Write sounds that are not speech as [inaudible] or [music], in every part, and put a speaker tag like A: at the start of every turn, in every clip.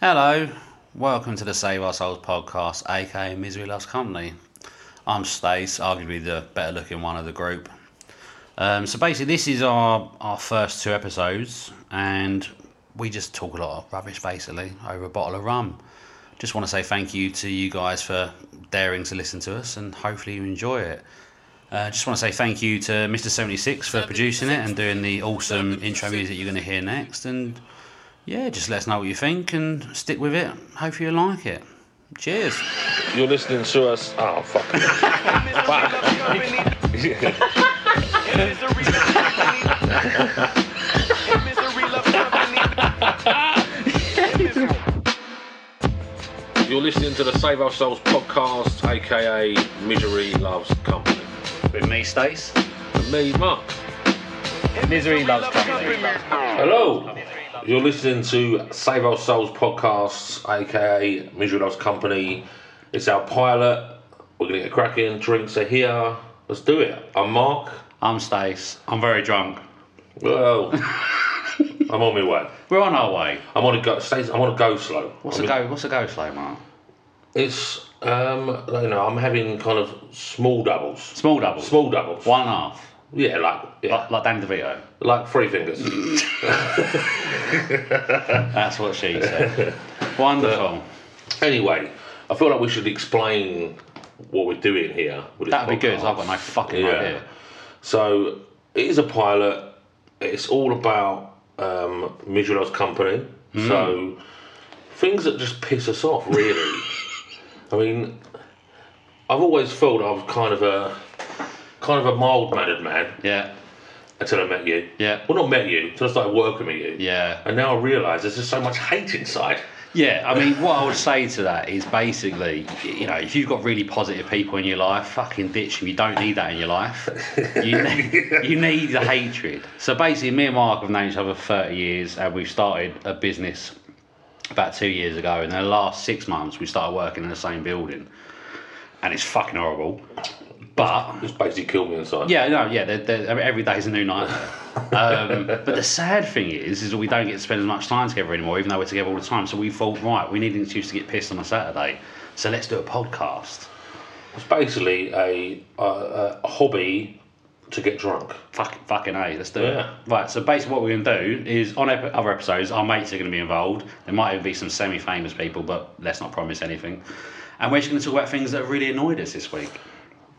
A: Hello, welcome to the Save Our Souls podcast, aka Misery Loves Company. I'm Stace, arguably the better looking one of the group. Um, so basically, this is our, our first two episodes, and we just talk a lot of rubbish basically over a bottle of rum. Just want to say thank you to you guys for daring to listen to us, and hopefully, you enjoy it. Uh, just want to say thank you to Mr. 76 for producing it and doing the awesome intro music you're going to hear next. And yeah, just let us know what you think and stick with it. Hopefully, you like it. Cheers.
B: You're listening to us. Oh fuck! You're listening to the Save Our Souls podcast, aka Misery Loves Company.
A: With me, Stace.
B: And me, Mark.
C: Misery loves company.
B: Hello. You're listening to Save Our Souls podcast, aka Misery Loves Company. It's our pilot. We're gonna get cracking. Drinks are here. Let's do it. I'm Mark.
A: I'm Stace. I'm very drunk. [laughs]
B: Well, I'm on my way.
A: We're on our way.
B: I want to go. Stays, I want to go slow.
A: What's
B: I
A: a
B: mean,
A: go? What's a go slow, Mark?
B: It's um, you know, I'm having kind of small doubles.
A: Small double.
B: Small doubles.
A: One and a half.
B: Yeah, like yeah,
A: Like, like Dan DeVito.
B: like three fingers.
A: That's what she said. Wonderful.
B: anyway, I feel like we should explain what we're doing here. with this
A: That'd be good. 'cause I've got
B: podcast.
A: no fucking
B: Yeah.
A: idea.
B: So it is a pilot. It's all about um, Michelin's company.
A: Hmm.
B: So things that just piss us off, really.
A: [laughs]
B: I mean, I've always felt I was kind of a kind of a mild mannered man
A: Yeah.
B: until I met you.
A: Yeah.
B: Well, not met you until I started working with you.
A: Yeah.
B: And now I realise there's just so much hate inside.
A: Yeah, I mean, what I would say to that is basically, you know, if you've got really positive people in your life, fucking ditch them. You don't need that in your life. You need, you need the hatred. So basically, me and Mark have known each other for 30 years and we've started a business about two years ago. And in the last six months, we started working in the same building. And it's fucking horrible. But
B: It's basically killed me inside.
A: yeah, no, yeah. They're, they're, I mean, every day is a new nightmare.
B: [laughs]
A: um, but the sad thing is, is that we don't get to spend as much time together anymore, even though we're together all the time. So we thought, right, we need an excuse to get pissed on a Saturday. So let's do a podcast.
B: It's basically a, a, a hobby to get drunk.
A: Fuck, fucking a, let's do
B: Yeah.
A: it. Right. So basically, what we're gonna do is on ep- other episodes, our mates are gonna be involved. There might even be some semi-famous people, but let's not promise anything. And we're just gonna talk about things that have really annoyed us this week.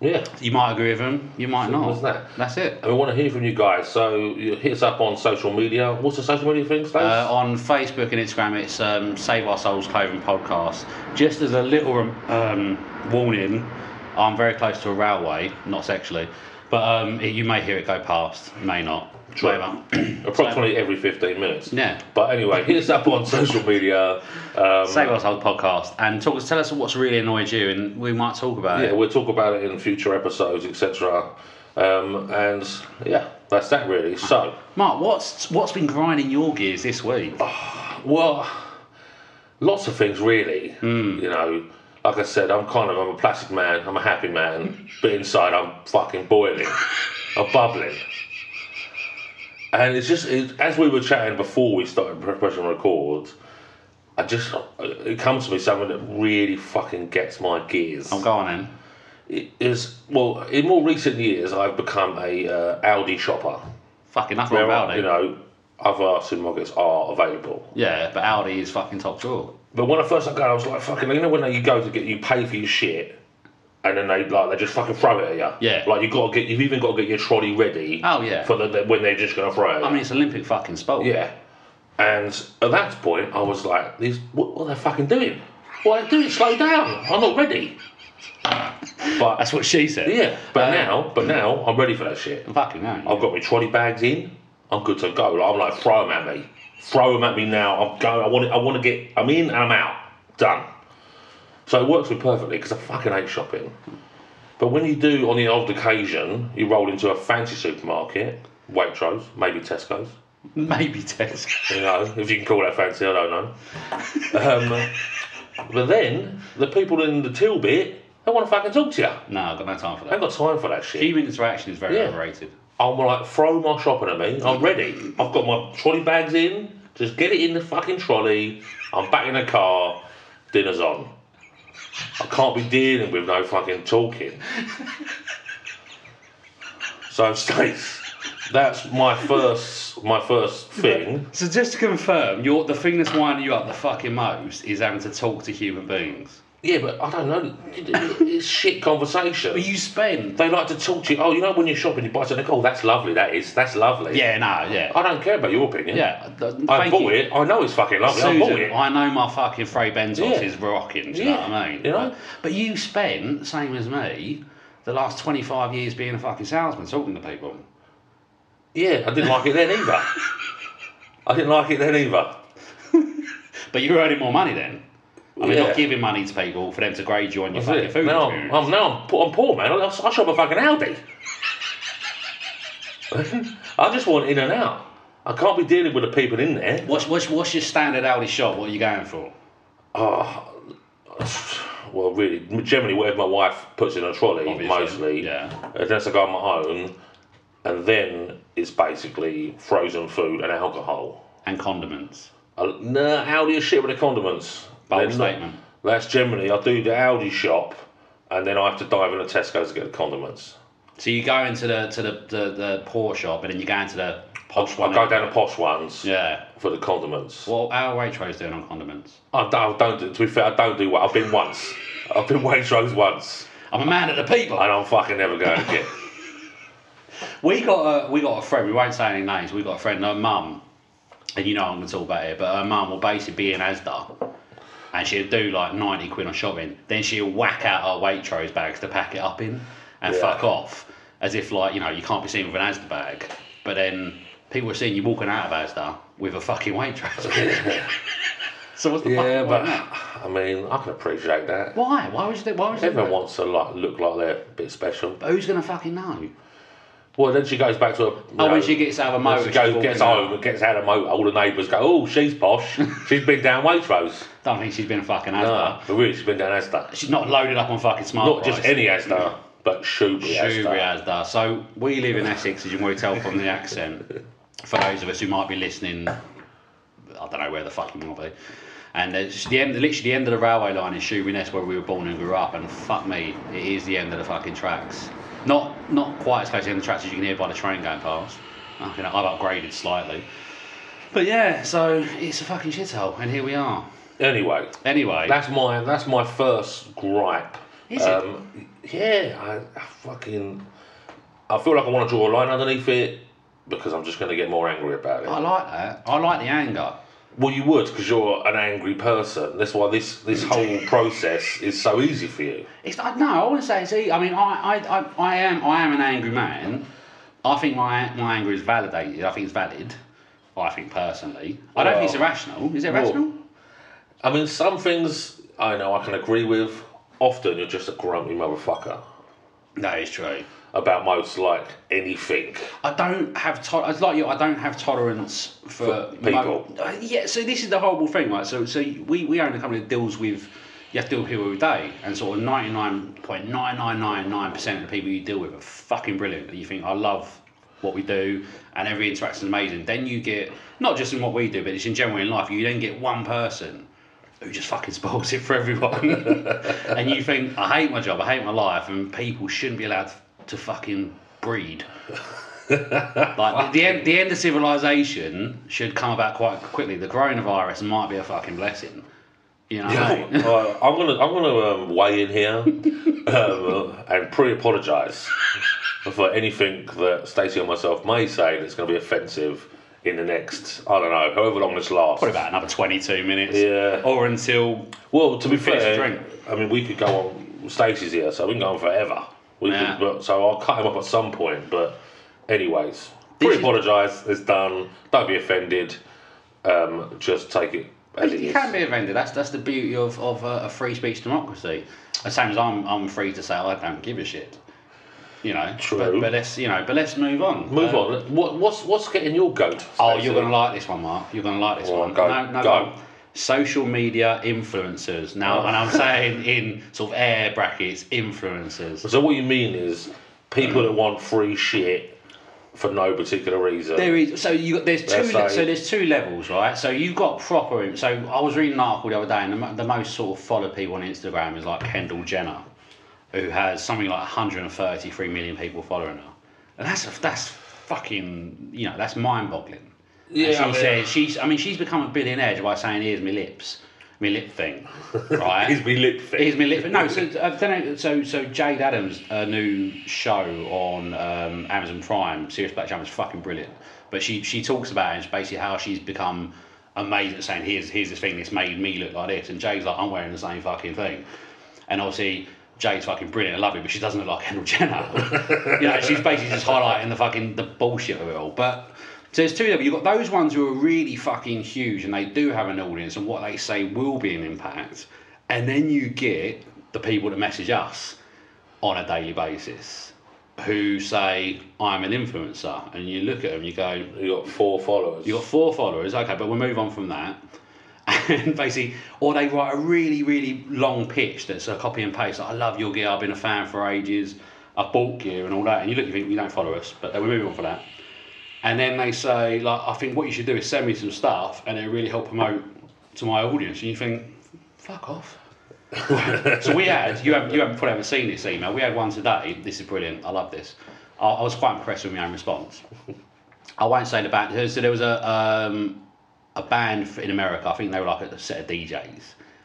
B: Yeah.
A: You might agree with them, you might not.
B: as that.
A: That's it.
B: And we want to hear from you guys, so you hit us up on social media. What's the social media thing, Stace?
A: Uh, on Facebook and Instagram, it's um, Save Our Souls Clothing Podcast. Just as a little um, warning, I'm very close to a railway, not sexually, but um, it, you may hear it go past, you may not.
B: Sure.
A: Whatever. [clears throat]
B: Approximately every 15 minutes.
A: yeah.
B: But anyway, hit us up on [laughs] social media. Um,
A: Save Our Souls Podcast and talk, tell us what's really annoyed you, and we might talk about
B: yeah,
A: it.
B: we'll talk about it in future episodes, etc. Um, and yeah, that's that really. So,
A: Mark, what's what's been grinding your gears this week?
B: Oh. well, lots of things really. You know, like I said, I'm kind of I'm a plastic man. I'm a happy man, but inside I'm fucking boiling. I'm bubbling. And it's just it, as we were chatting before we started preparation record. I just it comes to me something that really fucking gets my gears.
A: Oh, go on then.
B: It is well in more recent years I've become a uh, Aldi shopper.
A: Fucking nothing wrong
B: There
A: with
B: are,
A: Oh, Aldi.
B: you know, other supermarkets are available.
A: Yeah, but Aldi is fucking top drawer.
B: But when I first started going, I was like, fucking, you know, when you go to get, you pay for your shit, and then they like they just fucking throw it at you.
A: Yeah.
B: Like you got to get, you've even got to get your trolley ready.
A: Oh, yeah. Oh,
B: For the, the- when they're just gonna throw it. At you.
A: I mean, it's Olympic fucking sport.
B: yeah. And at that point, I was like, these, what, what are they fucking doing? What are they doing? Slow down! I'm not ready. But
A: That's what she said.
B: Yeah, Oh. but
A: Uh,
B: now, but now I'm ready for that shit.
A: Fucking hell.
B: I've got my trolley bags in. I'm good to go. Like, I'm like, throw them at me. Throw them at me now. I'm going. I want. I want to get. I'm in. and I'm out. Done. So it works me perfectly because I fucking hate shopping. But when you do, on the odd occasion, you roll into a fancy supermarket, Waitrose, maybe Tesco's.
A: Maybe Tesco.
B: You know, if you can call that fancy, I don't know. Um, but then the people in the till bit, they want to fucking talk to you. I
A: No, I've got no time for
B: ain't
A: that.
B: got time for that shit.
A: Human interaction is very
B: Yeah.
A: overrated. Mm.
B: I'm like, throw my shopping at me. I'm ready. I've got my trolley bags in. Just get it in the fucking trolley. I'm back in the car. Dinner's on. I can't be dealing with no fucking talking. So, [laughs] Stace, that's my first my first thing.
A: So just to confirm, you're, the thing that's winding you up the fucking most is having to talk to human beings.
B: Yeah, but I don't know. It's shit conversation.
A: But you spend.
B: They like to talk to you. Oh, you know when you're shopping, you buy something. Oh, that's lovely. That is. That's lovely.
A: Yeah, no, yeah,
B: I don't care about your opinion.
A: yeah. th-
B: I
A: thank
B: bought
A: you.
B: it. I know it's fucking lovely. I bought
A: Susan,
B: it.
A: I know my fucking Frey Benzos
B: Yeah.
A: is rocking. Do you know
B: Yeah,
A: what I mean?
B: you know?
A: But, but you spent same as me the last twenty five years being a fucking salesman talking to people.
B: Yeah, I didn't like it then either. I didn't like it then either.
A: But you're earning more money then. I mean,
B: Yeah.
A: not giving money to people for them to grade you on your fucking
B: That's it.
A: food
B: Now I'm,
A: experience.
B: I'm, now I'm, poor, I'm poor, man. I, I shop at fucking Aldi. [laughs] I just want in and out. I can't be dealing with the people in there.
A: what's, what's what's your standard Aldi shop? What are you going for?
B: Oh, well, really, generally, whatever my wife puts in a trolley,
A: Obviously,
B: mostly.
A: yeah.
B: Unless I go on my own, and then it's basically frozen food and alcohol.
A: And condiments.
B: I, no, Aldi is shit with the condiments.
A: Bold
B: They're not-
A: statement.
B: That's generally I do the Aldi shop, and then I have to dive into Tesco's to get the condiments.
A: So you go into the to the, the, the poor shop and then you go into the posh
B: I
A: one.
B: go down to posh ones
A: Yeah.
B: for the condiments.
A: Well, our Waitrose doing on condiments.
B: I don't, I don't do, to be fair, I don't do what I've been once. I've been [laughs] Waitrose once,
A: I'm a man of the people.
B: and I'm fucking never
A: [laughs]
B: going again.
A: We got a we got a friend. We won't say any names. We got a friend. Her mum, and you know I'm gonna talk about it, but her mum will basically be in ASDA, and she'll do like ninety quid on shopping. Then she'll whack out our Waitrose bags to pack it up in, and
B: Yeah.
A: fuck off, as if like you know you can't be seen with an ASDA bag. But then people are seeing you walking out of ASDA with a fucking Waitrose. bag. [laughs] so what's the
B: yeah,
A: fucking point
B: but
A: in that?
B: I mean, I can appreciate that.
A: why? Why would you do? Why would you? do
B: Everyone
A: that?
B: wants to like look like they're a bit special.
A: But who's gonna fucking know?
B: Well, then she goes back to her. you
A: Oh,
B: know,
A: when she gets out of a
B: when
A: motor,
B: she
A: she's
B: goes,
A: walking
B: gets
A: out.
B: home, and gets out of the motor. All the neighbours go, "Oh,
A: [laughs]
B: she's posh. she's been down Waitrose."
A: Don't think she's been fucking ASDA.
B: No, but really, she's been down Asda.
A: She's not loaded up on fucking smart.
B: Not just any Asda, but Shoebri
A: Shoe
B: Asda.
A: Asda. So we live in Essex, as you might tell from the accent. For those of us who might be listening, I don't know where the fuck you might be. And it's the end, literally the end of the railway line is Shoe Ness, where we were born and grew up. And fuck me, it is the end of the fucking tracks. Not not quite as close to the end of the tracks as you can hear by the train going past. Fucking hell, I've upgraded slightly. But yeah, so it's a fucking shithole, and here we are.
B: Anyway,
A: Anyway,
B: that's my that's my first gripe.
A: Is it?
B: um, Yeah, I, I fucking I feel like I want to draw a line underneath it because I'm just going to get more angry about it.
A: I like that. I like the anger.
B: well, you would because you're an angry person. That's why this
A: [laughs]
B: this whole process is so easy for you.
A: It's I no, I wouldn't say it's easy. I mean, I, I, I, I am I am an angry man. I think my my anger is validated. I think it's valid. I think personally, I don't think it's
B: Well-
A: irrational. Is it irrational?
B: I mean, some things I know I can agree with. Often you're just a grumpy motherfucker
A: No, it's true.
B: about most like anything.
A: I don't have to- it's like you. I don't have tolerance for,
B: For people.
A: mo- Uh, yeah. So this is the horrible thing, right? So so we we own a company that deals with. You have to deal with people every day, and sort of ninety nine point nine nine nine nine percent of the people you deal with are fucking brilliant. And you think, I love what we do, and every interaction is amazing. Then you get not just in what we do, but it's in general in life. You then get one person who just fucking spoils it for everyone, [laughs] and you think, I hate my job, I hate my life, and people shouldn't be allowed to fucking breed. Like the, the end, the end of civilization should come about quite quickly. The coronavirus might be a fucking blessing. You know. what I mean? [laughs]
B: Uh, I'm gonna I'm gonna um, weigh in here
A: [laughs]
B: um, and pre-apologise for anything that Stacey or myself may say that's going to be offensive in the next I don't know however long this lasts.
A: Probably about another twenty-two minutes.
B: Yeah.
A: Or until
B: Well, to be
A: finish the
B: fair,
A: drink.
B: I mean we could go on. Stacey's here, so we can go on forever. We
A: Yeah.
B: could, but, so I'll cut him off at some point. But anyways,
A: This is-
B: pre-apologise. It's done. Don't be offended. Um, just take it as it
A: you
B: is.
A: can be offended. That's that's the beauty of of uh, a free speech democracy. The same as I'm I'm free to say I don't give a shit. You know.
B: True.
A: But, but let's you know. But let's move on.
B: Move
A: Uh,
B: on. What, what's what's getting your goat?
A: Oh,
B: Stacey?
A: you're gonna like this one, Mark. You're gonna like this
B: Go on,
A: one.
B: go,
A: no, no,
B: go.
A: no. Social media influencers. Now,
B: Oh.
A: and I'm saying in sort of air brackets, influencers.
B: So what you mean is people that want free shit for no particular reason.
A: There is so you there's two
B: That's
A: le-
B: like-
A: so there's two levels, right? So you've got proper. So I was reading an article the other day, and the, mo- the most sort of followed people on Instagram is like Kendall Jenner, who has something like 133 million people following her, and that's that's fucking you know that's mind boggling.
B: yeah,
A: she
B: I mean,
A: says she's I mean she's become a billionaire by saying here's my lips, my lip
B: [laughs]
A: thing, right?
B: he's been lip fit.
A: Here's my lip. No, so I don't know. So so Jade Adams' uh, new show on um, Amazon Prime, Serious Black Channel, is fucking brilliant. But she she talks about it, it's basically how she's become amazing at saying here's here's this thing that's made me look like this, and Jade's like I'm wearing the same fucking thing, and obviously. Jade's fucking brilliant, I love it, but she doesn't look like Kendall Jenner. [laughs] you know, she's basically just highlighting the fucking the bullshit of it all. But so there's two of them. You've got those ones who are really fucking huge and they do have an audience and what they say will be an impact. And then you get the people that message us on a daily basis who say, I'm an influencer. And you look at them, you go,
B: you got four followers.
A: you got four followers, okay, but we'll move on from that. [laughs] And basically, or they write a really, really long pitch that's a copy and paste. Like, I love your gear, I've been a fan for ages, I bought gear and all that. And you look, you think, you don't follow us, but we're moving on for that. And then they say, like, I think what you should do is send me some stuff and it'll really help promote to my audience. And you think, fuck off. so we had, you haven't, you haven't probably haven't seen this email, we had one today. This is brilliant, I love this. I, I was quite impressed with my own response. I won't say the band. So there was a um, a band f- in America. I think they were like a set of DJs, and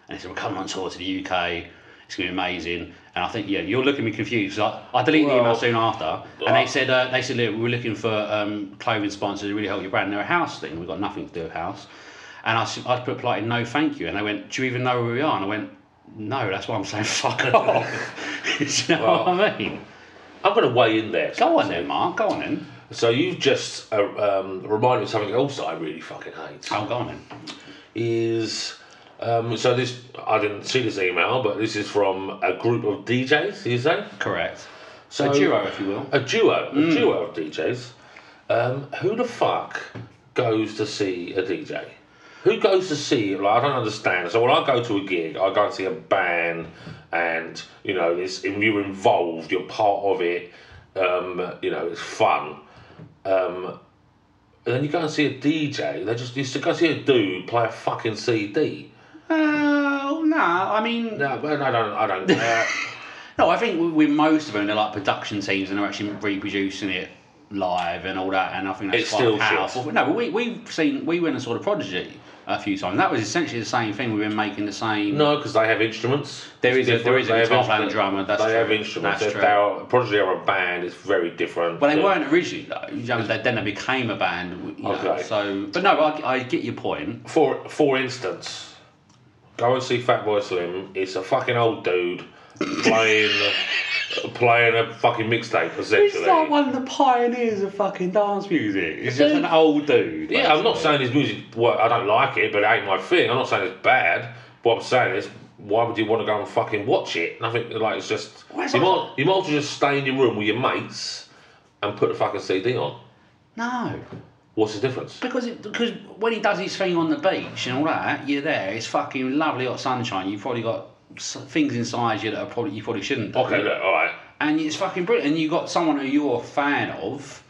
A: they said, "We're coming on tour to the UK. It's gonna be amazing." And I think yeah, you're looking at me confused. So I, I deleted the email
B: Well-
A: soon after, and they said uh, they said "Look, we're looking for um, clothing sponsors to really help your brand. And they're a house thing. We've got nothing to do with house. And I, s- I put politely, no, thank you. And they went, do you even know where we are? And I went, no, that's why I'm saying [laughs] fuck off. Do you know what I mean?
B: I'm going to weigh in there.
A: Go on then, Mark. Go on then.
B: So you've just uh, um, reminded me of something else that I really fucking hate.
A: Oh, go on then.
B: Is um, so this I didn't see this email, but this is from a group of DJs. You say
A: Correct.
B: so
A: a duo, if you will.
B: a duo, a duo of DJs. Um, who the fuck goes to see a DJ? Who goes to see? Like, I don't understand. So when I go to a gig, I go and see a band, and you know, it's, you're involved, you're part of it. Um, you know, it's fun. Um, and then you go and see a DJ. They just you used to go see a dude play a fucking CD.
A: Oh no, I mean,
B: No, but I don't. I don't. Uh,
A: no, I think with- with most of them, they're like production teams and they're actually reproducing it live and all that, and I think that's
B: It's
A: quite
B: still
A: powerful.
B: shit.
A: No, but we, we've seen, we went and saw the Prodigy a few times. That was essentially the same thing. We've been making the same.
B: No, because they have instruments.
A: There
B: It's
A: is a- there
B: different.
A: is a
B: They have
A: guitar player
B: instruments.
A: and drummer, that's
B: they have
A: true.
B: instruments.
A: That's
B: If
A: true.
B: they're Prodigy are a band. It's very different.
A: Well, they
B: Yeah.
A: weren't originally though. You know, they, then they became a band. You know,
B: Okay.
A: So, but no, I, I get your point.
B: For for instance, go and see Fatboy Slim. It's a fucking old
A: [coughs]
B: dude playing playing a fucking mixtape essentially.
A: one of the pioneers of fucking dance music. It's just an old dude.
B: yeah, I'm not saying his music. Well, I don't like it, but it ain't my thing. I'm not saying it's bad. What I'm saying is. Why would you want to go and fucking watch it? Nothing like it's just you
A: Well,
B: might
A: it's
B: you
A: like-
B: might as well just stay in your room with your mates and put a fucking CD on.
A: No.
B: What's the difference?
A: Because it, because when he does his thing on the beach and all that, you're there. It's fucking lovely hot sunshine. You've probably got s- things inside you that are probably you probably shouldn't. do.
B: Okay, look, all right.
A: And it's fucking brilliant. And you've got someone who you're a fan of,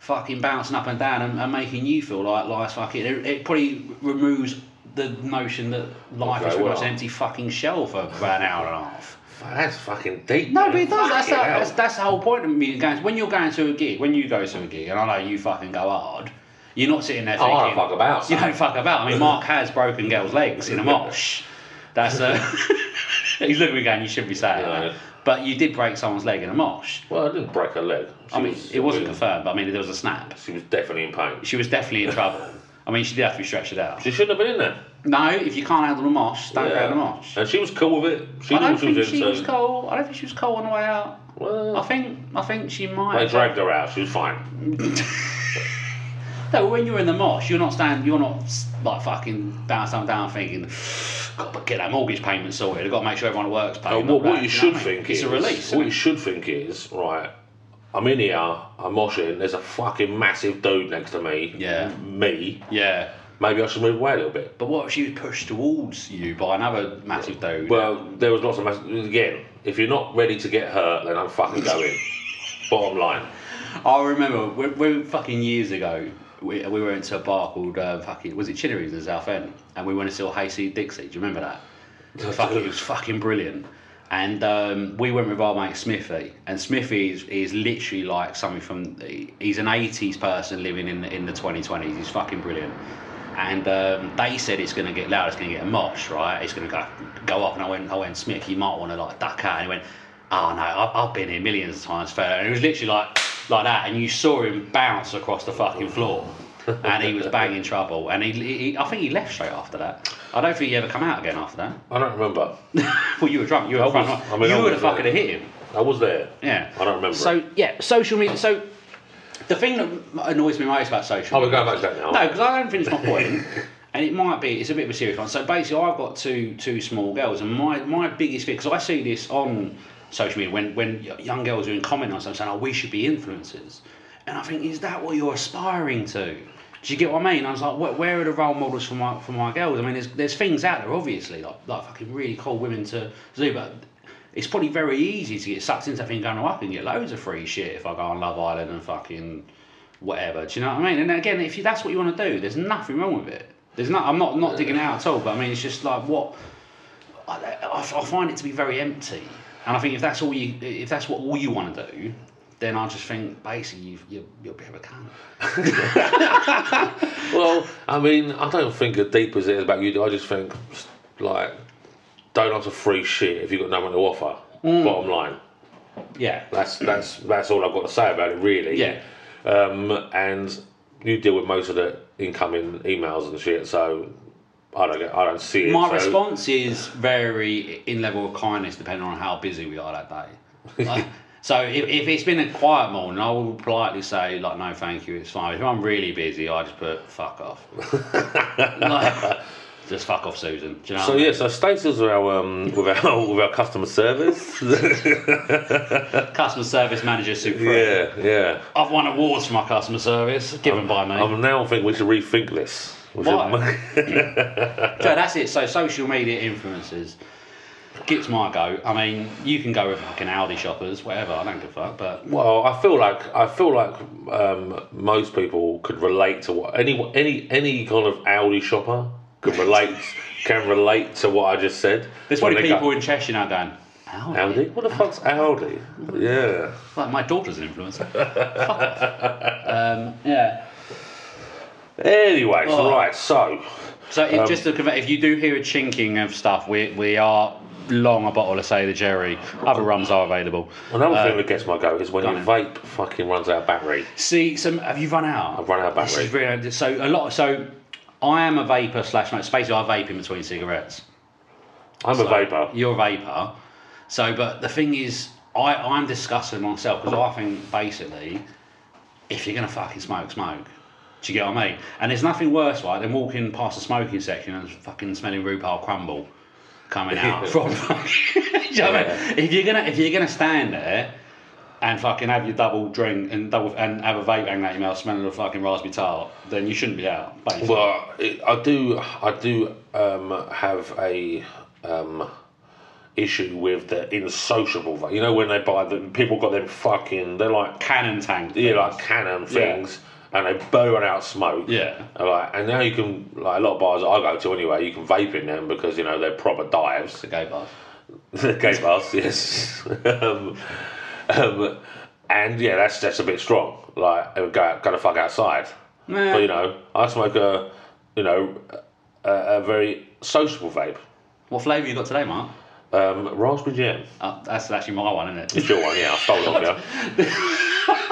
A: fucking bouncing up and down and, and making you feel like life's fucking. It, it probably removes the notion that life
B: Okay,
A: is pretty
B: well-
A: much an empty fucking shell for about an hour and a half.
B: Fuck, That's fucking deep.
A: No,
B: man.
A: but it does. That's,
B: Fucking
A: the-
B: hell.
A: that's, that's the whole point of me going. When you're going to a gig, when you go to a gig, and I know you fucking go hard, you're not sitting there
B: Oh, I
A: thinking.
B: don't fuck about,
A: You
B: son.
A: don't fuck about. I mean, Mark has broken girls' legs
B: [laughs]
A: in a mosh. That's a. [laughs] he's looking at me going, you shouldn't be saying
B: No.
A: that. But you did break someone's leg in a mosh.
B: Well, I didn't break her leg. She
A: I mean,
B: was-
A: it wasn't
B: she was-
A: confirmed, but I mean, there was a snap.
B: She was definitely in pain.
A: She was definitely in
B: [laughs]
A: trouble. I mean, she did have to be stretched out.
B: She shouldn't have been in there.
A: No, if you can't handle a mosh, don't go to the mosh.
B: And she was cool with it. She
A: I
B: knew
A: don't
B: what she
A: think
B: was
A: she was
B: into.
A: cold. I don't think she was cold on the way out. I
B: Well,
A: think I think she might.
B: they
A: have-
B: dragged her out. She was fine.
A: No, when you're in the mosh, you're not standing, you're not like fucking bouncing up and down thinking, got to get that mortgage payment sorted. I've got to make sure everyone at works paid.
B: Uh,
A: not
B: what,
A: that,
B: what you
A: know
B: should
A: I mean?
B: think
A: it's
B: is
A: a release. isn't
B: What you
A: it?
B: should think is right. I'm in here. I'm moshing. There's a fucking massive dude next to me.
A: Yeah.
B: Me.
A: yeah,
B: Maybe I should move away a little bit.
A: but what if she was pushed towards you by another massive dude?
B: Well, there was
A: [laughs]
B: lots of massive. Again, if you're not ready to get hurt, then I'm fucking going. Bottom line.
A: I remember when, when fucking years ago we, we went to a bar called uh, fucking was it Chinnery's in the South End, and we went to see Hasty Dixie. Do you remember that? It was fucking, it was fucking brilliant. And um, we went with our mate Smithy, and Smithy is, is literally like something from the, he's an '80s person living in the, in the 2020s. He's fucking brilliant. And um, they said it's going to get loud, it's going to get a mosh, right? It's going to go go up. And I went, I went, Smith, you might want to like duck out. And he went, Oh no, I've, I've been here millions of times, fella. And it was literally like like that, and you saw him bounce across the fucking floor, and he was banging trouble. And he, he I think he left straight after that. I don't think he ever come out again after that.
B: I don't remember.
A: Well, you were drunk. You were front.
B: was-
A: line.
B: I mean, I
A: you would have
B: was
A: fucking
B: there.
A: hit him.
B: I was there.
A: Yeah.
B: I don't remember.
A: So yeah, social media. So the thing that annoys me most about social.
B: Oh, we're
A: media-
B: going back to that now.
A: No, because I don't finish my point. And it might be it's a bit of a serious one. So basically, I've got two two small girls, and my my biggest fear because I see this on social media when when y- young girls are in comment on something saying, "Oh, we should be influencers," and I think is that what you're aspiring to? Do you get what I mean? I was like, where, where are the role models for my for my girls? I mean, there's there's things out there obviously like like fucking really cool women to do, but it's probably very easy to get sucked into that thing going, oh, I can get loads of free shit if I go on Love Island and fucking whatever. Do you know what I mean? And again, if you, that's what you want to do, there's nothing wrong with it. There's not. I'm not not digging it out at all. But I mean, it's just like what I, I, I find it to be very empty. And I think if that's all you, if that's what all you want to do, then I just think basically you you you'll be a bit of a cunt.
B: Well, I mean, I don't think as deep as it is about you. I just think, like, don't offer free shit if you've got nothing to offer.
A: Mm.
B: Bottom line,
A: Yeah.
B: that's that's that's all I've got to say about it, really.
A: Yeah.
B: Um, and you deal with most of the incoming emails and shit, so I don't get, I don't see it.
A: My
B: so-
A: response is very in level of kindness, depending on how busy we are that day.
B: [laughs]
A: Like, so if, if it's been a quiet morning, I will politely say like, no, thank you, it's fine. If I'm really busy, I just put fuck off.
B: [laughs]
A: Like, just fuck off, Susan. Do you know?
B: So
A: what I
B: yeah,
A: mean?
B: so status with our um, with our [laughs] with our
A: [laughs]
B: customer service.
A: customer service manager supreme.
B: yeah, yeah.
A: I've won awards for my customer service given by me.
B: I now think we should rethink this. We should
A: Why?
B: ma-
A: So that's it. So social media influencers gets my go. I mean, you can go with fucking Aldi shoppers, whatever. I don't give a fuck, but
B: [laughs] Well, I feel like I feel like um, most people could relate to what any any any kind of Audi shopper could
A: [laughs]
B: relate can relate to what I just said.
A: there's
B: When
A: probably
B: they go,
A: people in Cheshire now going. Aldi.
B: Audi. What the fuck's Audi? Yeah.
A: Like my daughter's an
B: [laughs]
A: influencer. Fuck off. Um, yeah.
B: Anyways,
A: Oh.
B: right. So
A: So
B: Um,
A: if, just to convey, if you do hear a chinking of stuff, we we are long a bottle of Sailor Jerry. Other rums are available.
B: another thing that gets my go is when your
A: Uh, on
B: vape fucking runs out of battery.
A: See, some have you run out?
B: I've run out of
A: This
B: battery.
A: is really so a lot. So I am a vapor slash no, it's basically I vape in between cigarettes.
B: I'm a vapor.
A: You're a vapor. So, but the thing is, I I'm discussing myself because I think basically, if you're gonna fucking smoke, smoke. Do you get what I mean? And there's nothing worse, right, than walking past the smoking section and fucking smelling RuPaul crumble coming out from. [laughs] Do you know what I mean? If you're gonna if you're gonna stand there and fucking have your double drink and double and have a vape hanging out your mouth smelling a fucking raspberry tart, then you shouldn't be out. Basically.
B: Well, it, I do. I do um, have a um, issue with the insociable. va- You know when they buy them, people got them fucking. They're like
A: Cannon tank.
B: yeah, like cannon things, and they burn out smoke.
A: Yeah.
B: And, like, and now you can like a lot of bars that I go to anyway. You can vape in them because you know they're proper dives.
A: The gay bars.
B: Gay bars, yes. um, um, and yeah, that's that's a bit strong. Like, it would go go the fuck outside.
A: Nah.
B: But you know, I smoke a, you know, a, a very sociable vape.
A: What flavour you got today, Mark?
B: Um, raspberry jam.
A: Uh, that's actually my one, isn't it?
B: It's your one, yeah. I stole it off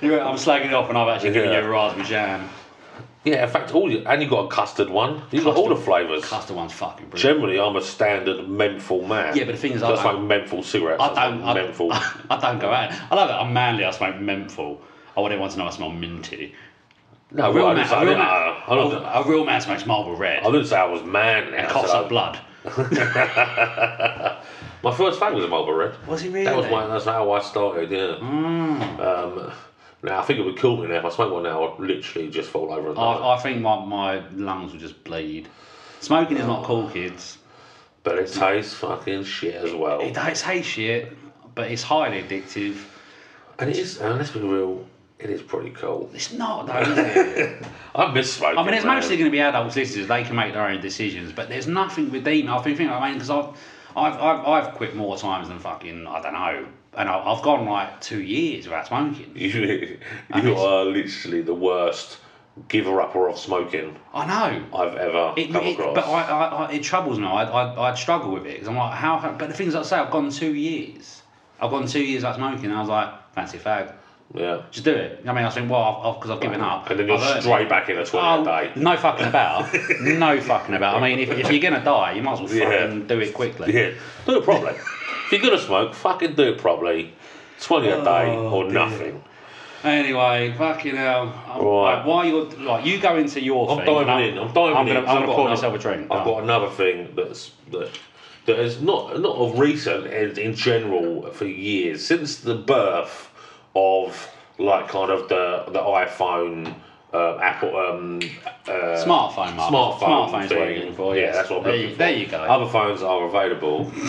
A: You're right, I'm slagging it off and I've actually given
B: Yeah.
A: you a raspberry jam. [laughs]
B: you. Yeah, in fact, all you, and you got a custard one. You got all the flavours.
A: Custard one's fucking brilliant.
B: Generally, I'm a standard menthol man.
A: Yeah, but the thing is, I
B: I smoke
A: don't-
B: menthol cigarettes.
A: I don't, I,
B: menthol.
A: [laughs] I don't go out. I love it. I'm manly. I smoke menthol. I wouldn't want to know I smell minty.
B: no,
A: A real,
B: well, I
A: man,
B: didn't say- I
A: a, real
B: didn't-
A: man,
B: I I didn't-
A: a real man smokes marble red.
B: I didn't say I was man. now,
A: Coughs
B: Oh, so-
A: up blood.
B: My first fag was a Marlboro Red.
A: Was it
B: That was
A: really? Mm.
B: my, that's how I started, yeah. Um, now, I think it would kill me now. If I smoked one now, I'd literally just fall
A: Oh,
B: over and die.
A: I, I think my, my lungs would just bleed. Smoking is not cool, kids.
B: but it tastes fucking shit as well.
A: It, it's hate shit, but it's highly addictive.
B: And it is, and let's be real, it is pretty cool.
A: It's not though, is
B: [laughs]
A: it?
B: I miss smoking.
A: I mean, it's
B: man.
A: mostly going to be adults listeners. They can make their own decisions, but there's nothing redeeming. I've been thinking, I mean, because I've, I've, I've, I've quit more times than fucking I don't know, and I, I've gone like two years without smoking.
B: [laughs] You, you are literally the worst giver up or off smoking
A: I know.
B: I've ever
A: It,
B: come
A: it-
B: across.
A: but I, I, I, it troubles me. I, I, I struggle with it because I'm like, how? can- But the things I say, I've gone two years. I've gone two years without smoking. And I was like, fancy a fag,
B: yeah.
A: just do it. I mean, I think, well, because I've, given up.
B: And then you're
A: I've earned it.
B: straight back in a 20
A: Oh,
B: a day.
A: no fucking about. no fucking about. I mean, if, if you're gonna die, you might as well fucking
B: [laughs] Yeah.
A: do it quickly.
B: Yeah, do it properly. if you're going to smoke, fucking do it properly. 20 a day
A: Oh,
B: or nothing.
A: Anyway, fucking hell. I'm,
B: Right.
A: like, why you're like you go into your
B: I'm
A: thing.
B: diving
A: and
B: in. I'm diving
A: I'm
B: in.
A: gonna,
B: because
A: I'm
B: I've
A: gonna
B: got
A: pour myself a
B: another-
A: drink.
B: I've got another thing that's that that is not not of recent and in general for years since the birth of like kind of the the iPhone, uh, Apple, um, uh,
A: smartphone, Mark.
B: smartphone,
A: Smartphone's what
B: thing.
A: you're looking for.
B: Yeah,
A: yes.
B: that's what I'm
A: there
B: looking
A: you,
B: for.
A: There you
B: [laughs]
A: go.
B: Other phones
A: [laughs]
B: are available. [laughs]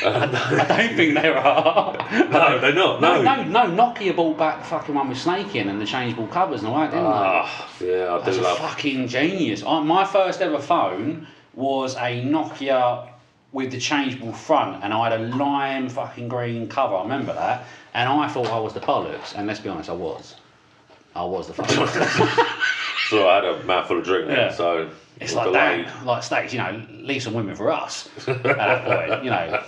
A: I [laughs] don't think there are.
B: no, they're not.
A: No, no, no. Nokia bought back the fucking one with Snake in and the changeable covers and all that, didn't they?
B: Ah, yeah, I do
A: That's a
B: love.
A: fucking genius. I, my first ever phone was a Nokia with the changeable front, and I had a lime fucking green cover. I remember that, and I thought I was the bollocks. And let's be honest, I was. I was the
B: [laughs]
A: fucking.
B: So I had a mouthful of drink there,
A: Yeah.
B: so
A: it's
B: I'm
A: like
B: delayed.
A: that, like stakes. You know, leave some women for us at that point. You know,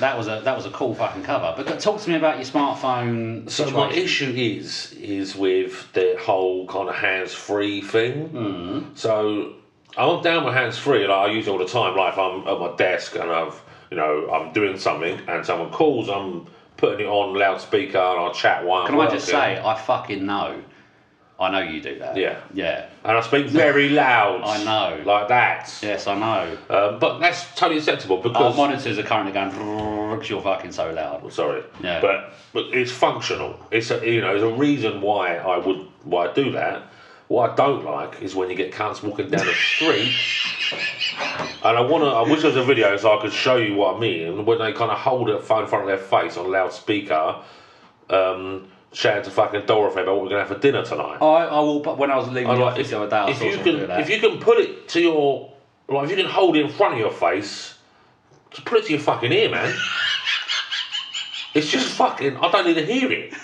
A: that was a that was a cool fucking cover. But talk to me about your smartphone.
B: So my
A: situation.
B: issue is is with the whole kind of hands free thing.
A: Hmm.
B: So I'm down with hands free, like I use it all the time. Like if I'm at my desk and I've you know I'm doing something and someone calls, I'm putting it on loudspeaker and I'll chat while
A: Can
B: I'm
A: I just
B: working.
A: say, I fucking know. I know you do that.
B: Yeah.
A: Yeah.
B: And I speak very loud.
A: I know.
B: like that.
A: Yes, I know.
B: Um, but that's totally acceptable
A: Our
B: because
A: monitors are currently going because you're fucking so loud.
B: sorry.
A: Yeah.
B: But but it's functional. It's a, you know there's a reason why I would why I do that. What I don't like is when you get cunts walking down the street. And I wanna I wish there was a video so I could show you what I mean. When they kinda hold a phone in front of their face on loudspeaker, um, shouting to fucking Dorothy about what we're gonna have for dinner tonight.
A: I, I will. But when I was leaving
B: I'm
A: the
B: like,
A: office the other day, I
B: if
A: saw
B: you
A: someone
B: can
A: do that.
B: if you can put it to your like if you can hold it in front of your face, just put it to your fucking
A: [laughs]
B: ear, man. it's just fucking. I don't need to hear it.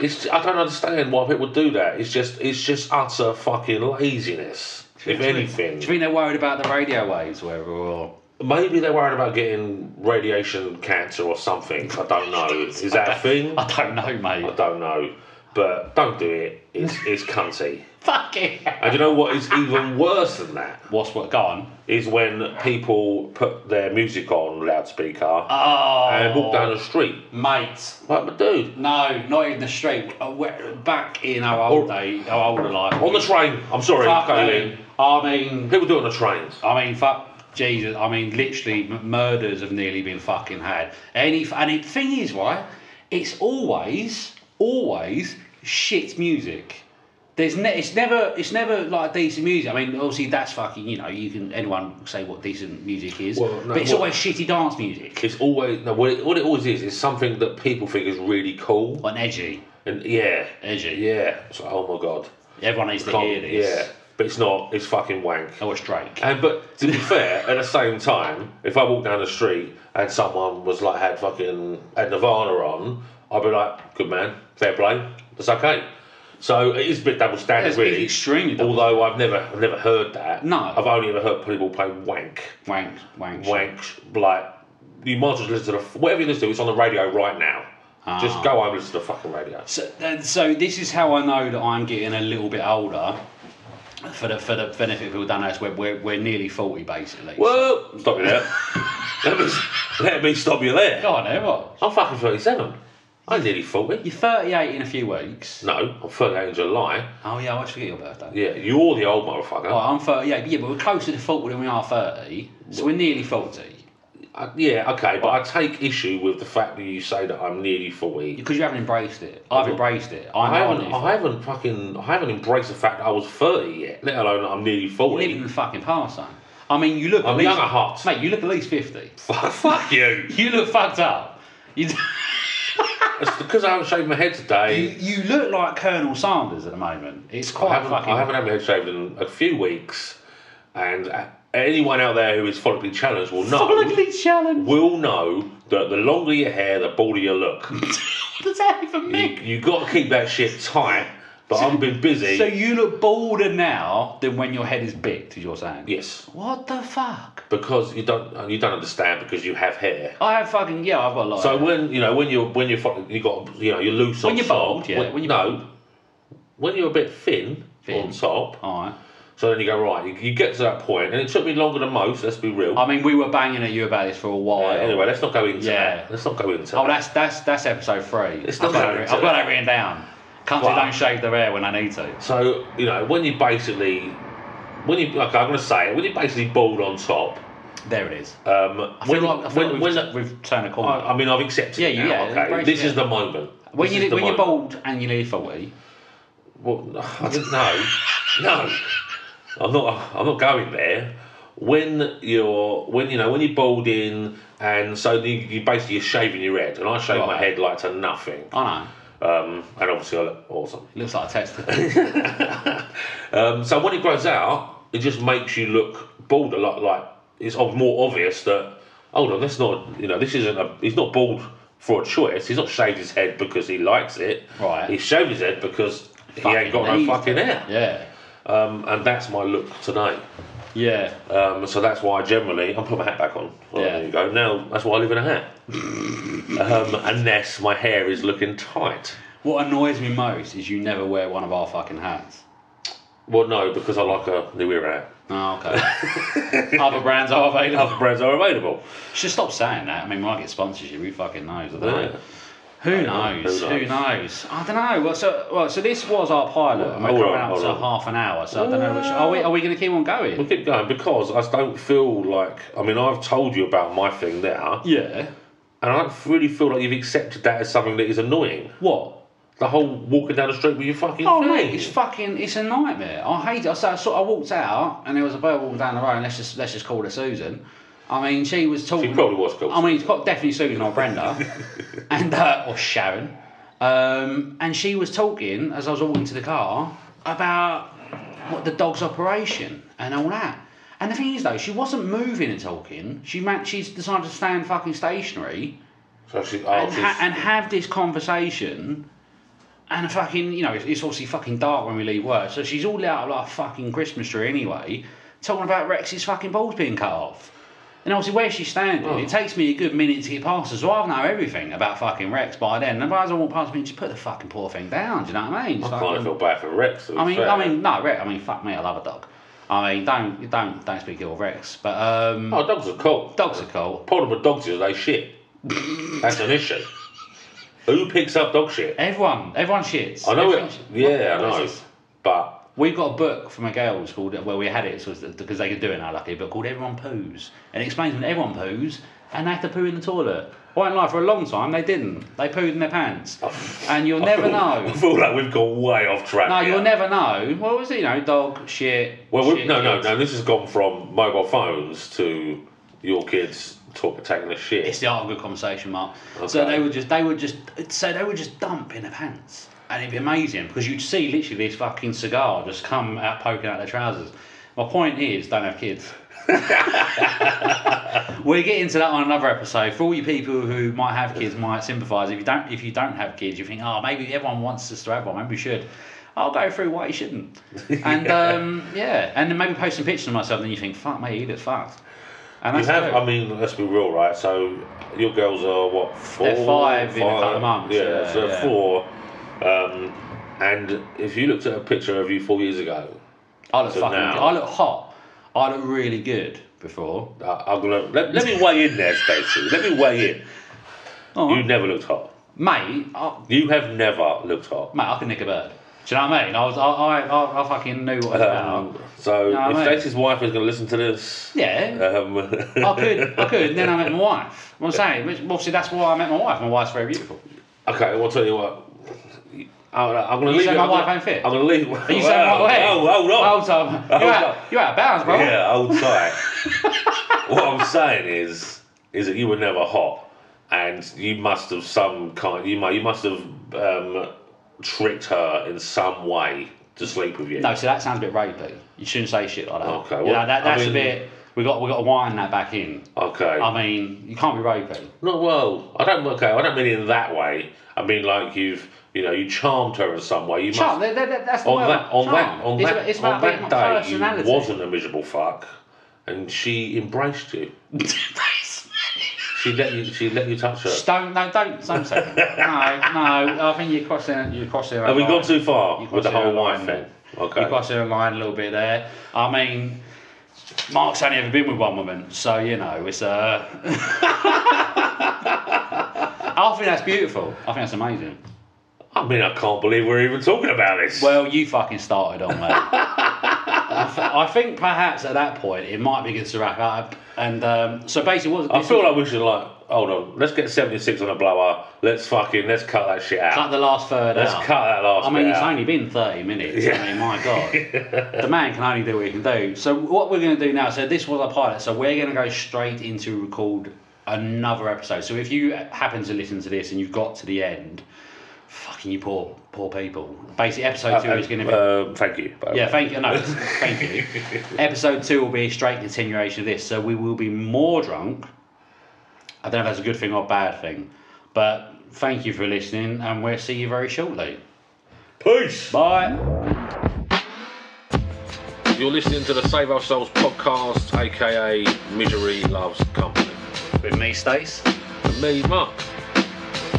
B: It's I don't understand why people do that. It's just it's just utter fucking laziness. If anything,
A: do you think they're worried about the radio waves? Where or [laughs]
B: maybe they're worried about getting radiation cancer or something. I
A: [laughs]
B: don't know. Is that a thing?
A: I don't know, mate.
B: I don't know. But don't do it. It's it's cunty.
A: Fuck it.
B: And you know what is even worse than that
A: What's what? Go on.
B: is when people put their music on loudspeaker
A: Oh,
B: and walk down the street.
A: mate.
B: Like, but dude,
A: No, not in the street. Uh, we're- Back in our old day, our older life.
B: on the train. I'm sorry,
A: fuck
B: can't
A: me.
B: you?
A: I mean,
B: People do it on the train.
A: I mean, fuck Jesus. I mean, literally, m- murders have nearly been fucking had. Any and the thing is, right? It's always, always shit music. There's ne- it's never it's never like decent music. I mean, obviously that's fucking you know you can anyone say what decent music is,
B: Well, no,
A: but it's
B: well-
A: always shitty dance music
B: It's always no. What it, what it always is is something that people think is really cool.
A: on edgy,
B: And yeah,
A: edgy.
B: yeah. It's like, oh my god.
A: Everyone needs to
B: Can't-
A: hear this.
B: Yeah, but it's not. It's fucking wank.
A: Oh, it's Drake.
B: And but to be fair, at the same time, if I walked down the street and someone was like had fucking had Nirvana on, I'd be like, good man, fair play, that's okay. So it is a bit double standard,
A: It's
B: really.
A: extremely double
B: Although I've never, I've never heard that.
A: No.
B: I've only ever heard people play wank,
A: Wank, wank,
B: wank, like. You might as well listen to the, whatever you listen to. It's on the radio right now.
A: Ah.
B: Just go home and listen to the fucking radio.
A: So, and so this is how I know that I'm getting a little bit older. For the for the benefit of people who don't know, us, we're, we're, we're nearly forty basically.
B: Well, stop
A: [laughs]
B: you there. let me, let me stop you there.
A: God, eh, what?
B: I'm fucking thirty-seven. I'm nearly forty.
A: You're 38 in a few weeks.
B: No, I'm 38 in July.
A: Oh yeah, I always forget your birthday.
B: Yeah, you're the old motherfucker.
A: Right, I'm 38, but yeah, but we're closer to 40 than we are 30, so we're nearly 40.
B: Uh, yeah, okay, but I take issue with the fact that you say that I'm nearly 40.
A: Because you haven't embraced it. I've embraced it. I
B: I
A: know I'm
B: haven't,
A: nearly
B: I
A: 40.
B: haven't fucking, I haven't embraced the fact that I was 30 yet, let alone that I'm nearly
A: You're
B: 40.
A: living in
B: [laughs]
A: the fucking past, son. I mean, you look
B: I'm
A: at least,
B: young at heart.
A: mate. You look at least 50.
B: Fuck, fuck you.
A: You [laughs] look fucked up. You.
B: It's because I haven't shaved my head
A: You,
B: today.
A: you look like Colonel Sanders at the moment. It's quite
B: I haven't,
A: fucking.
B: I haven't had my head shaved in a few weeks, and uh, anyone out there who is follically challenged will know.
A: Follically challenged.
B: will know that the longer your hair, the balder
A: [laughs]
B: you look.
A: What does that even
B: you,
A: mean?
B: you got to keep that shit tight. But I've been busy.
A: So you look balder now than when your head is big, is you're saying?
B: yes,
A: What the fuck?
B: because you don't you don't understand because you have hair.
A: I have fucking yeah, I've got a lot.
B: So
A: of hair.
B: when you know when you're when you're fucking you got you know you're loose
A: When
B: on
A: you're
B: top.
A: bald, yeah, when you're
B: no,
A: bald.
B: when you're a bit thin,
A: Thin. Oh.
B: on top.
A: all right.
B: So then you go right. You, you get to that point, and it took me longer than most. Let's be real.
A: I mean, we were banging at you about this for a while.
B: Uh, anyway, let's not go into
A: Yeah.
B: that. Let's not go into.
A: Oh,
B: that.
A: that's that's that's episode three.
B: It's
A: I've
B: not
A: got,
B: going
A: it,
B: to.
A: I've got that written down. Country
B: Wow.
A: don't shave their hair when I need to.
B: So you know when you basically when you okay, I'm gonna say it, when you basically bald on top.
A: There it is.
B: Um,
A: I feel
B: when
A: like, I
B: when
A: feel like
B: when,
A: we've,
B: the-
A: we've turned a corner.
B: I, I mean I've accepted.
A: Yeah,
B: it
A: you-
B: now,
A: yeah,
B: Okay,
A: embrace
B: this
A: it.
B: is the moment.
A: when
B: This
A: you
B: is the
A: when you're
B: moment.
A: bald and you leave for wee,
B: Well, no, I didn't know. no, I'm not. I'm not going there. When you're, when you know, when you're balding, and so you, you basically you're shaving your head, and I shave my
A: Right.
B: head like to nothing,
A: I know.
B: um, and obviously I look awesome.
A: It looks like a
B: [laughs]
A: testicle.
B: Um, so when it grows out, it just makes you look balder. Like, like it's ob- more obvious that hold on, that's not you know, this isn't a. He's not bald for a choice. He's not shaved his head because he likes it.
A: Right.
B: He's shaved his head because he ain't got
A: Fucking
B: no fucking hair.
A: yeah.
B: Um, and that's my look today.
A: Yeah.
B: Um, so that's why I generally I'm putting my hat back on. Well,
A: Yeah.
B: There you go. Now that's why I live in a hat. um, unless my hair is looking tight.
A: What annoys me most is you never wear one of our fucking hats.
B: Well, no, because I like a New Era hat.
A: Oh, okay.
B: [laughs]
A: Other brands are available.
B: Other brands are available.
A: Should stop saying that. I mean, we might get sponsorship. Who fucking knows? I don't
B: Yeah.
A: know. Who knows?
B: Who
A: Who
B: knows?
A: knows? I don't know. Well, so well, so this was our pilot, and we're
B: Hold
A: coming
B: on,
A: up
B: hold
A: to
B: on.
A: half an hour. So I don't know. Which, are we are we going to keep on
B: We'll
A: going?
B: keep going because I don't feel like I mean I've told you about my thing there, and
A: Yeah.
B: I don't really feel like you've accepted that as something that is annoying.
A: What?
B: The whole walking down the street with your fucking
A: Oh
B: thing.
A: mate, it's fucking it's a nightmare. I hate it. I, so, I, sort- I walked out and there was a bird walking down the road. And let's just let's just call her Susan. I mean, she was talking.
B: She probably was called
A: I mean, it's got definitely Susan or Brenda, and uh, or Sharon. Um, and she was talking as I was walking to the car about what the dog's operation and all that. And the thing is, though, she wasn't moving and talking. She man- she's decided to stand fucking stationary
B: so she, oh,
A: and,
B: she's-
A: ha- and have this conversation. And fucking, you know, it's, it's obviously fucking dark when we leave work. So she's all out like a fucking Christmas tree anyway, talking about Rex's fucking balls being cut off. And obviously, where she's standing,
B: Oh.
A: it takes me a good minute to get past her. So I know everything about fucking Rex by then. And by the time I walk past me, just put the fucking poor thing down. Do you know what I mean? It's like,
B: I kind of feel bad for Rex. to be
A: I mean,
B: fair.
A: I mean, no, Rex. I mean, fuck me, I love a dog. I mean, don't, don't, don't speak ill of Rex. But um,
B: oh, dogs are cool.
A: dogs are cool.
B: Problem with dogs is they shit. That's an issue. Who picks up dog shit?
A: Everyone, everyone shits.
B: I know
A: Everyone
B: it.
A: shits.
B: Yeah, I
A: What is
B: know.
A: this?
B: But
A: We've got a book from a girls called well we had it so it's- because they could do it now lucky but called Everyone Poos and it explains when everyone poos and they have to poo in the toilet. Why in life for a long time they didn't. They pooed in their pants. And you'll
B: [laughs]
A: never
B: I
A: know.
B: feel like we've gone way off track.
A: No,
B: here.
A: you'll never know. What was it, you know, dog, shit.
B: Well, we,
A: shit,
B: no, no,
A: kids.
B: no. This has gone from mobile phones to your kids talk taking a shit.
A: It's the art of good conversation, Mark. So
B: Okay.
A: they would just they would just so they would just dump in their pants. And it'd be amazing because you'd see literally this fucking cigar just come out poking out their trousers. My point is, don't have kids.
B: [laughs]
A: we'll get into that on another episode. For all you people who might have kids, might sympathise. If you don't, if you don't have kids, you think, oh, maybe everyone wants us to have one. Maybe we should. I'll go through why you
B: [laughs]
A: shouldn't. And um, yeah, and then maybe post some pictures of myself. And then you think, fuck me, you look fucked. And
B: You
A: that's
B: have,
A: true.
B: I mean, let's be real, right? So your girls are what 4
A: They're five in a couple of months,
B: Yeah,
A: yeah,
B: so
A: yeah.
B: four. Um, and if you looked at a picture of you four years ago,
A: I look
B: So
A: fucking.
B: now-
A: Good. I look hot. I look really good before.
B: I, I'm gonna let, let me weigh in there, Stacey. Let me weigh in.
A: Oh,
B: You never looked hot.
A: mate, I,
B: You have never looked hot.
A: mate, I can nick a bird. Do you know what I mean? I was, I, I, I, I fucking knew what it was
B: Um,
A: about.
B: so
A: No,
B: if
A: mate.
B: Stacey's wife is gonna listen to this,
A: Yeah,
B: um, [laughs]
A: I could, I could. And then I met my wife. What I'm saying, which, obviously, that's why I met my wife. My wife's very beautiful.
B: Okay, well, I'll tell you what. I'm gonna, I'm gonna
A: You
B: leave
A: say
B: it-
A: my
B: I'm
A: wife
B: gonna-
A: ain't fit?
B: I'm gonna leave.
A: Are you saying my way?
B: Oh, hold on.
A: Hold on. You're,
B: Hold on.
A: out, you're out of bounds, bro. [laughs]
B: Yeah, old tight. what I'm saying is, is that you were never hot, and you must have some kind. You might. You must have um, tricked her in some way to sleep with you.
A: No, see, that sounds a bit rapey. You shouldn't say shit like that.
B: Okay,
A: You
B: well,
A: know, that,
B: I
A: that's
B: mean-
A: a bit. We got we got to wind that back in.
B: Okay.
A: I mean, you can't be rapey.
B: No, well, I don't. Okay, I don't mean it in that way. I mean like you've, you know, you charmed her in some way. You
A: Charm. That,
B: must.
A: that, that- that's the
B: On
A: word.
B: that, on
A: charm.
B: that, on
A: it's,
B: that,
A: it's
B: on
A: about being
B: that day,
A: personality.
B: you wasn't a miserable fuck, and she
A: [laughs]
B: embraced you. She let you. She let you touch her.
A: Shh, don't no, don't don't say
B: [laughs]
A: that. No, no. I think you're crossing you're crossing.
B: Have we
A: line.
B: gone too far
A: You've
B: with the
A: crossed
B: whole
A: your
B: wife
A: line.
B: thing?
A: You're
B: Okay.
A: crossing a line a little bit there. I mean, Mark's only ever been with one woman, so you know it's uh [laughs] I think that's beautiful. I think that's amazing.
B: I mean, I can't believe we're even talking about this.
A: Well, you fucking started on that. I th- I think perhaps at that point it might be good to wrap up. And um, so basically, what
B: I feel like we should like. Hold on. Let's get seventy six on a blower. Let's fucking. Let's cut that shit out.
A: like the last third
B: Let's
A: out.
B: cut that last.
A: I mean,
B: bit
A: it's
B: out.
A: only been 30 minutes.
B: Yeah.
A: I mean, my
B: [laughs]
A: God. the man can only do what he can do. So, what we're going to do now, so this was our pilot, so we're going to go straight into record another episode. So, if you happen to listen to this and you've got to the end, fucking you poor, poor people. Basically,
B: Uh,
A: episode two is going to be.
B: Um, thank you. by the
A: Yeah,
B: way.
A: thank you. No, thank
B: [laughs]
A: you. Episode two will be a straight continuation of this, so we will be more drunk. I don't know if that's a good thing or a bad thing, but thank you for listening, and we'll see you very shortly.
B: Peace.
A: Bye.
B: You're listening to the Save Our Souls podcast, aka Misery Loves Company.
A: With me, Stace.
B: And me, Mark.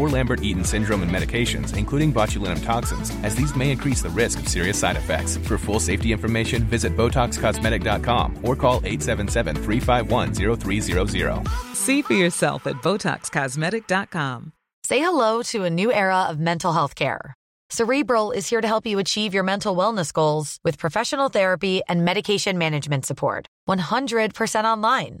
D: or Lambert-Eaton syndrome and medications, including botulinum toxins, as these may increase the risk of serious side effects. For full safety information, visit BotoxCosmetic.com or call 877-351-0300.
E: See for yourself at BotoxCosmetic.com.
F: Say hello to a new era of mental health care. Cerebral is here to help you achieve your mental wellness goals with professional therapy and medication management support. 100% online.